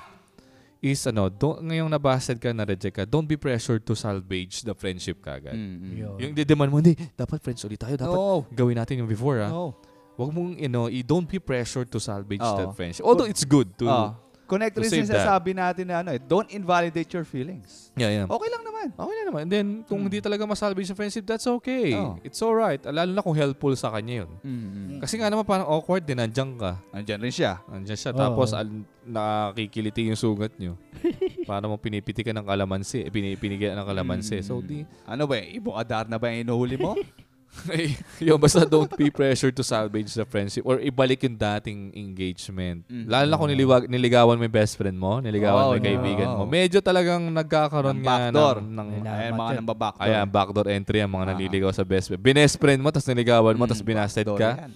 [SPEAKER 2] Is ano, don't, ngayong nabasted ka, na-reject ka, don't be pressured to salvage the friendship
[SPEAKER 3] Hmm.
[SPEAKER 2] kagad.
[SPEAKER 3] Mm,
[SPEAKER 4] Yun.
[SPEAKER 2] Yung didemand mo, hindi, dapat friends ulit tayo, dapat
[SPEAKER 3] No.
[SPEAKER 2] gawin natin yung before, ah.
[SPEAKER 3] No.
[SPEAKER 2] Wag mong, you know, i- don't be pressured to salvage
[SPEAKER 3] Oo.
[SPEAKER 2] that friendship. Although it's good to,
[SPEAKER 3] Ah.
[SPEAKER 2] to
[SPEAKER 3] Connect rin
[SPEAKER 2] save
[SPEAKER 3] sa
[SPEAKER 2] that.
[SPEAKER 3] sabi natin na ano, eh, don't invalidate your feelings.
[SPEAKER 2] yeah, yeah.
[SPEAKER 3] Okay lang naman.
[SPEAKER 2] Okay na naman. And then, kung hindi talaga masalvage yung friendship, that's okay.
[SPEAKER 3] Hmm. Oo.
[SPEAKER 2] It's alright. Lalo na kung helpful sa kanya yun.
[SPEAKER 3] Mm-hmm.
[SPEAKER 2] Kasi nga naman parang awkward din, nandiyan ka.
[SPEAKER 3] Andiyan rin siya.
[SPEAKER 2] Nandiyan siya.
[SPEAKER 4] Oo.
[SPEAKER 2] Tapos al- nakikiliti yung sugat nyo. Parang mo pinipiti ka ng kalamansi. Eh, pini- pinigyan ng kalamansi. So, di...
[SPEAKER 3] Mm, Ano ba, eh, ibong adar na ba yung inuhuli mo?
[SPEAKER 2] Ay, yun, basta don't be pressured to salvage the friendship or ibalik yung dating engagement.
[SPEAKER 3] Mm.
[SPEAKER 2] Lalo na kung niliwag, niligawan mo yung best friend mo, niligawan
[SPEAKER 3] Oo,
[SPEAKER 2] mo yung kaibigan mo.
[SPEAKER 3] oo.
[SPEAKER 2] Medyo talagang nagkakaroon
[SPEAKER 3] Ng
[SPEAKER 2] nga
[SPEAKER 3] backdoor.
[SPEAKER 2] ng, ng
[SPEAKER 4] Nila-
[SPEAKER 3] Ayan, mga
[SPEAKER 4] Dapat yun.
[SPEAKER 3] nambabaktor.
[SPEAKER 2] Ayan, backdoor entry ang mga
[SPEAKER 3] Ah.
[SPEAKER 2] naliligaw sa best friend. Binest friend mo, tapos niligawan mo, tapos
[SPEAKER 3] Mm,
[SPEAKER 2] binasted
[SPEAKER 3] backdoor
[SPEAKER 2] ka.
[SPEAKER 3] yan.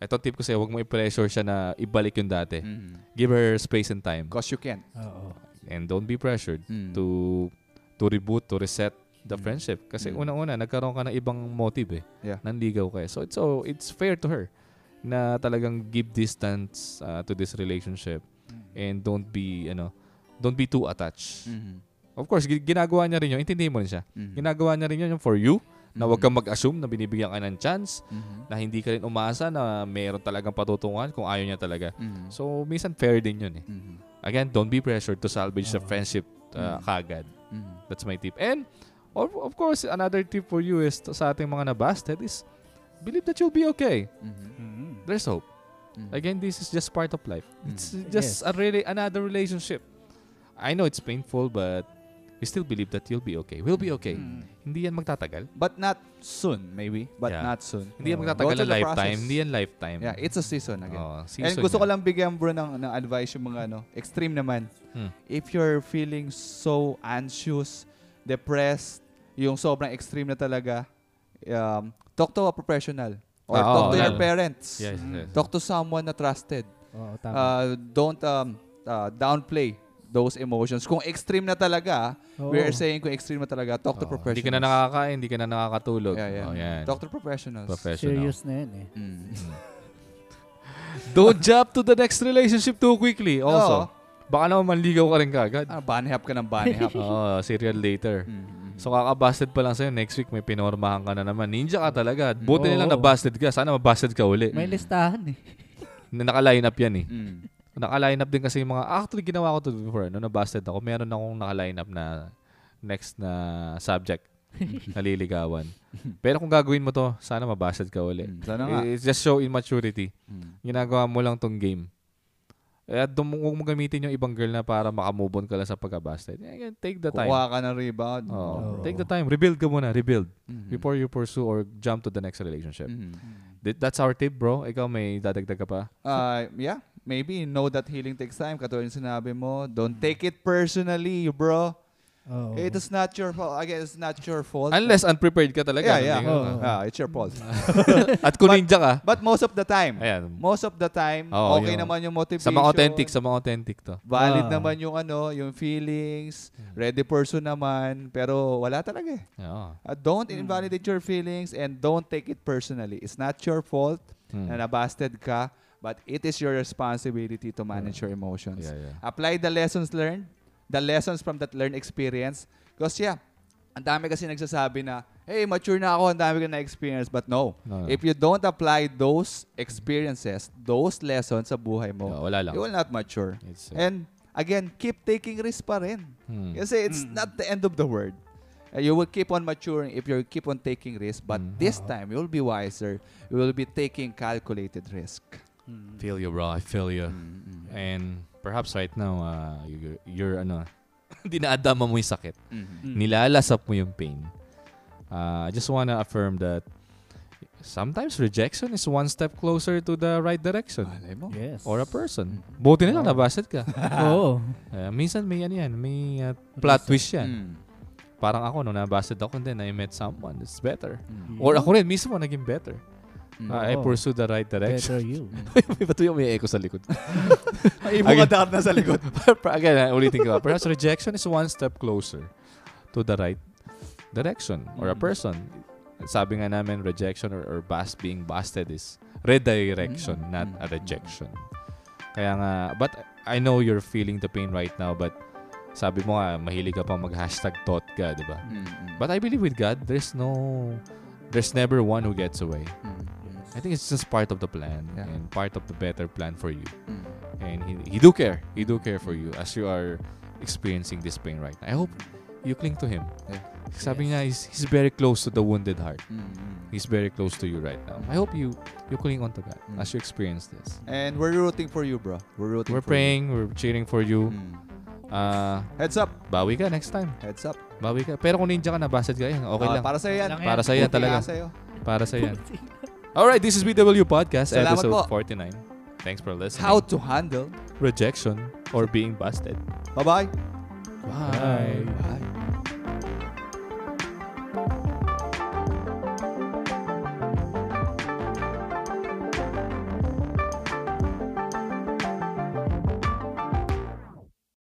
[SPEAKER 2] Ito tip ko sa'yo, huwag mo i-pressure siya na ibalik yung dati.
[SPEAKER 3] Mm.
[SPEAKER 2] Give her space and time.
[SPEAKER 3] Cause you can.
[SPEAKER 4] Oo.
[SPEAKER 2] And don't be pressured
[SPEAKER 3] Mm.
[SPEAKER 2] to to reboot, to reset the friendship. Kasi
[SPEAKER 3] Mm.
[SPEAKER 2] unang-una, nagkaroon ka ng ibang motive eh.
[SPEAKER 3] Yeah.
[SPEAKER 2] Nanligaw ka eh. So it's, so it's fair to her na talagang give distance uh, to this relationship
[SPEAKER 3] Mm,
[SPEAKER 2] and don't be, ano, don't be too attached.
[SPEAKER 3] Mhm.
[SPEAKER 2] Of course, gi- ginagawa niya rin yun. Intindihin mo rin siya.
[SPEAKER 3] Mhm.
[SPEAKER 2] Ginagawa niya rin yun yung for you na
[SPEAKER 3] Mhm.
[SPEAKER 2] huwag kang mag-assume na binibigyan ka ng chance,
[SPEAKER 3] Mhm.
[SPEAKER 2] na hindi ka rin umasa na meron talagang patutunguhan kung ayaw niya talaga.
[SPEAKER 3] Mhm.
[SPEAKER 2] So, minsan fair din yun eh.
[SPEAKER 3] Mhm.
[SPEAKER 2] Again, don't be pressured to salvage
[SPEAKER 3] Ah.
[SPEAKER 2] the
[SPEAKER 4] Oo.
[SPEAKER 2] friendship uh,
[SPEAKER 3] Mhm.
[SPEAKER 2] kagad.
[SPEAKER 3] Mhm.
[SPEAKER 2] That's my tip. And, of, of course, another tip for you is to- sa ating mga nabasted is believe that you'll be okay.
[SPEAKER 3] Mhm.
[SPEAKER 4] Mm.
[SPEAKER 2] There's hope.
[SPEAKER 3] Mhm.
[SPEAKER 2] Again, this is just part of life.
[SPEAKER 3] Mm.
[SPEAKER 2] It's just
[SPEAKER 4] Yes.
[SPEAKER 2] a really another relationship. I know it's painful, but we still believe that you'll be okay. We'll be okay.
[SPEAKER 4] Mm.
[SPEAKER 2] Hindi yan magtatagal.
[SPEAKER 3] But not soon, maybe. But
[SPEAKER 2] Yeah.
[SPEAKER 3] not soon.
[SPEAKER 2] Hindi yan
[SPEAKER 4] Oo.
[SPEAKER 2] magtatagal
[SPEAKER 3] Go
[SPEAKER 2] na
[SPEAKER 3] through the
[SPEAKER 2] lifetime.
[SPEAKER 3] process.
[SPEAKER 2] Hindi yan lifetime.
[SPEAKER 3] Yeah, it's a season again.
[SPEAKER 2] Oo,
[SPEAKER 3] And
[SPEAKER 2] season
[SPEAKER 3] gusto ko
[SPEAKER 2] yan.
[SPEAKER 3] lang bigyan bro ng, ng advice yung mga ano, extreme naman.
[SPEAKER 2] Hmm.
[SPEAKER 3] If you're feeling so anxious, depressed, yung sobrang extreme na talaga, um, talk to a professional. Or
[SPEAKER 2] Ah,
[SPEAKER 3] talk
[SPEAKER 2] oo,
[SPEAKER 3] to your
[SPEAKER 2] lalo.
[SPEAKER 3] parents.
[SPEAKER 2] Yes, yes, yes.
[SPEAKER 3] Talk to someone na trusted.
[SPEAKER 4] Oo, tama.
[SPEAKER 3] Uh, don't um, uh, downplay those emotions. Kung extreme na talaga,
[SPEAKER 4] Oo.
[SPEAKER 3] we are saying kung extreme na talaga, talk to
[SPEAKER 2] Oo, Oh.
[SPEAKER 3] professionals.
[SPEAKER 2] Hindi ka na nakakain, hindi ka na nakakatulog.
[SPEAKER 3] Yeah, yeah.
[SPEAKER 2] Oh, yan.
[SPEAKER 3] Talk to professionals.
[SPEAKER 2] Professional.
[SPEAKER 4] Serious na yun eh.
[SPEAKER 3] Mm.
[SPEAKER 2] Don't jump to the next relationship too quickly.
[SPEAKER 3] Oo.
[SPEAKER 2] Also, baka naman manligaw ka rin kagad.
[SPEAKER 3] Oh. Ah, bunny hop ka ng bunny hop.
[SPEAKER 2] Oo, serial later.
[SPEAKER 3] Mm.
[SPEAKER 2] So kakabasted pa lang sa'yo, next week may pinormahan ka na naman. Ninja ka talaga. Buti na lang
[SPEAKER 4] Oo.
[SPEAKER 2] nabasted ka. Sana mabasted ka uli.
[SPEAKER 4] May listahan eh.
[SPEAKER 2] Na- Naka-line up yan eh.
[SPEAKER 3] Mm.
[SPEAKER 2] Naka-line up din kasi yung mga... Actually, ginawa ko to before. No, nabasted ako. Meron akong naka-line up na next na subject. Naliligawan. Pero kung gagawin mo to, sana mabasted ka uli.
[SPEAKER 3] Mm. Sana nga.
[SPEAKER 2] It's just show immaturity.
[SPEAKER 3] Mm.
[SPEAKER 2] Ginagawa mo lang tong game. Kaya dum- huwag mo gamitin yung ibang girl na para makamove on ka lang sa pagkabasta. Yeah, Take the time.
[SPEAKER 3] Kukuha ka ng rebound.
[SPEAKER 2] Oh, Mm.
[SPEAKER 4] Oo.
[SPEAKER 2] Take the time. Rebuild ka muna. Rebuild.
[SPEAKER 3] Mhm.
[SPEAKER 2] Before you pursue or jump to the next relationship.
[SPEAKER 3] Mhm.
[SPEAKER 2] Th- That's our tip, bro. Ikaw may dadagdag ka pa?
[SPEAKER 3] Uh, yeah, maybe know that healing takes time. Katulad yung sinabi mo, don't
[SPEAKER 2] Hmm.
[SPEAKER 3] take it personally, bro.
[SPEAKER 4] Oo.
[SPEAKER 2] Eh,
[SPEAKER 3] It is not your fault. Again, it's not your fault.
[SPEAKER 2] Oh. Unless unprepared ka talaga.
[SPEAKER 3] yeah, yeah.
[SPEAKER 2] Hindi ka-
[SPEAKER 4] Oo.
[SPEAKER 3] Ah, it's your fault.
[SPEAKER 2] At kung ninja ka,
[SPEAKER 3] But most of the time,
[SPEAKER 2] ayan.
[SPEAKER 3] most of the time,
[SPEAKER 2] Oo,
[SPEAKER 3] okay
[SPEAKER 2] yun.
[SPEAKER 3] naman yung motivation.
[SPEAKER 2] Sa mga authentic, sa mga authentic to.
[SPEAKER 3] Valid
[SPEAKER 4] Ah.
[SPEAKER 3] naman yung ano, yung feelings,
[SPEAKER 2] Hmm.
[SPEAKER 3] ready person naman, pero wala talaga eh.
[SPEAKER 2] Oo.
[SPEAKER 3] Uh, don't
[SPEAKER 2] Hmm.
[SPEAKER 3] invalidate your feelings and don't take it personally. It's not your fault
[SPEAKER 2] Hmm.
[SPEAKER 3] na nabasted ka, but it is your responsibility to manage your emotions.
[SPEAKER 2] Yeah, yeah.
[SPEAKER 3] Apply the lessons learned, the lessons from that learned experience. Because yeah, ang dami kasi nagsasabi na, hey, mature na ako, ang dami ko na experience. But no,
[SPEAKER 2] No, no.
[SPEAKER 3] if you don't apply those experiences, those lessons sa buhay mo,
[SPEAKER 2] Yeah, wala lang.
[SPEAKER 3] you will not mature.
[SPEAKER 2] It's, uh,
[SPEAKER 3] Oh. And again, keep taking risks pa rin.
[SPEAKER 2] hmm.
[SPEAKER 3] Kasi it's not the end of the world. Uh, you will keep on maturing if you keep on taking risks. But
[SPEAKER 2] Mm.
[SPEAKER 3] this time, you will be wiser. You will be taking calculated risk.
[SPEAKER 4] Mm.
[SPEAKER 2] Feel you, bro. I feel you. And perhaps right now, uh, you're, you're ano, dinaadama mo yung sakit.
[SPEAKER 4] Mm.
[SPEAKER 2] Nilalasap mo yung pain. Uh, I just wanna affirm that sometimes rejection is one step closer to the right direction.
[SPEAKER 3] Malay mo.
[SPEAKER 4] Yes.
[SPEAKER 2] Or a person. Buti na lang,
[SPEAKER 4] Oo.
[SPEAKER 2] nabasted ka.
[SPEAKER 4] Oo.
[SPEAKER 2] Uh, minsan may ano yan, may uh, plot twist yan.
[SPEAKER 3] Mm.
[SPEAKER 2] Parang ako, nung nabasted ako, and then I met someone, it's better.
[SPEAKER 3] Mm.
[SPEAKER 2] Or ako rin mismo, naging better.
[SPEAKER 3] Mm.
[SPEAKER 2] Uh, I
[SPEAKER 4] Oo.
[SPEAKER 2] pursued the right direction.
[SPEAKER 4] Better you.
[SPEAKER 2] May bato eh, yung may echo sa likod.
[SPEAKER 3] Ay,
[SPEAKER 2] Again.
[SPEAKER 3] dapat na sa likod.
[SPEAKER 2] Again, uh, ulitin ko. Perhaps rejection is one step closer to the right direction or a
[SPEAKER 3] Mm.
[SPEAKER 2] person. Sabi nga namin, rejection or, or bas- being busted is redirection,
[SPEAKER 3] Mm.
[SPEAKER 2] not
[SPEAKER 3] Mm.
[SPEAKER 2] a rejection. Kaya nga, but I know you're feeling the pain right now, but sabi mo nga, mahilig ka pa mag-hashtag thought ka, di ba?
[SPEAKER 3] Mm, mm.
[SPEAKER 2] But I believe with God, there's no, there's never one who gets away.
[SPEAKER 3] Mm.
[SPEAKER 2] I think it's just part of the plan
[SPEAKER 3] Yeah.
[SPEAKER 2] and part of the better plan for you.
[SPEAKER 3] Mm.
[SPEAKER 2] And he, he do care. He do care for you as you are experiencing this pain right now. I hope you cling to him.
[SPEAKER 3] Yeah.
[SPEAKER 2] Sabi
[SPEAKER 4] Yes.
[SPEAKER 2] niya, he's, he's very close to the wounded heart.
[SPEAKER 3] Mm, mm.
[SPEAKER 2] He's very close to you right now. I hope you you cling on to that
[SPEAKER 3] Mm.
[SPEAKER 2] as you experience this.
[SPEAKER 3] And we're rooting for you, bro. We're rooting
[SPEAKER 2] We're
[SPEAKER 3] for you.
[SPEAKER 2] praying, we're cheering for you.
[SPEAKER 3] Mm.
[SPEAKER 2] Uh,
[SPEAKER 3] Heads up.
[SPEAKER 2] bawi ka next time.
[SPEAKER 3] Heads up.
[SPEAKER 2] Bawi ka. Pero kung ninja ka, nabasad ka yan. Okay
[SPEAKER 3] Ah,
[SPEAKER 2] lang. Para,
[SPEAKER 3] Para sa'yo yan.
[SPEAKER 4] Lang
[SPEAKER 2] para sa'yo
[SPEAKER 3] Buti
[SPEAKER 2] talaga.
[SPEAKER 3] nga sa'yo.
[SPEAKER 2] Para sa yan. Alright, this is BW Podcast,
[SPEAKER 3] Salamat
[SPEAKER 2] episode
[SPEAKER 3] po.
[SPEAKER 2] 49. Thanks for listening.
[SPEAKER 3] How to handle.
[SPEAKER 2] Rejection or being busted.
[SPEAKER 3] Bye-bye.
[SPEAKER 2] Bye.
[SPEAKER 3] Bye.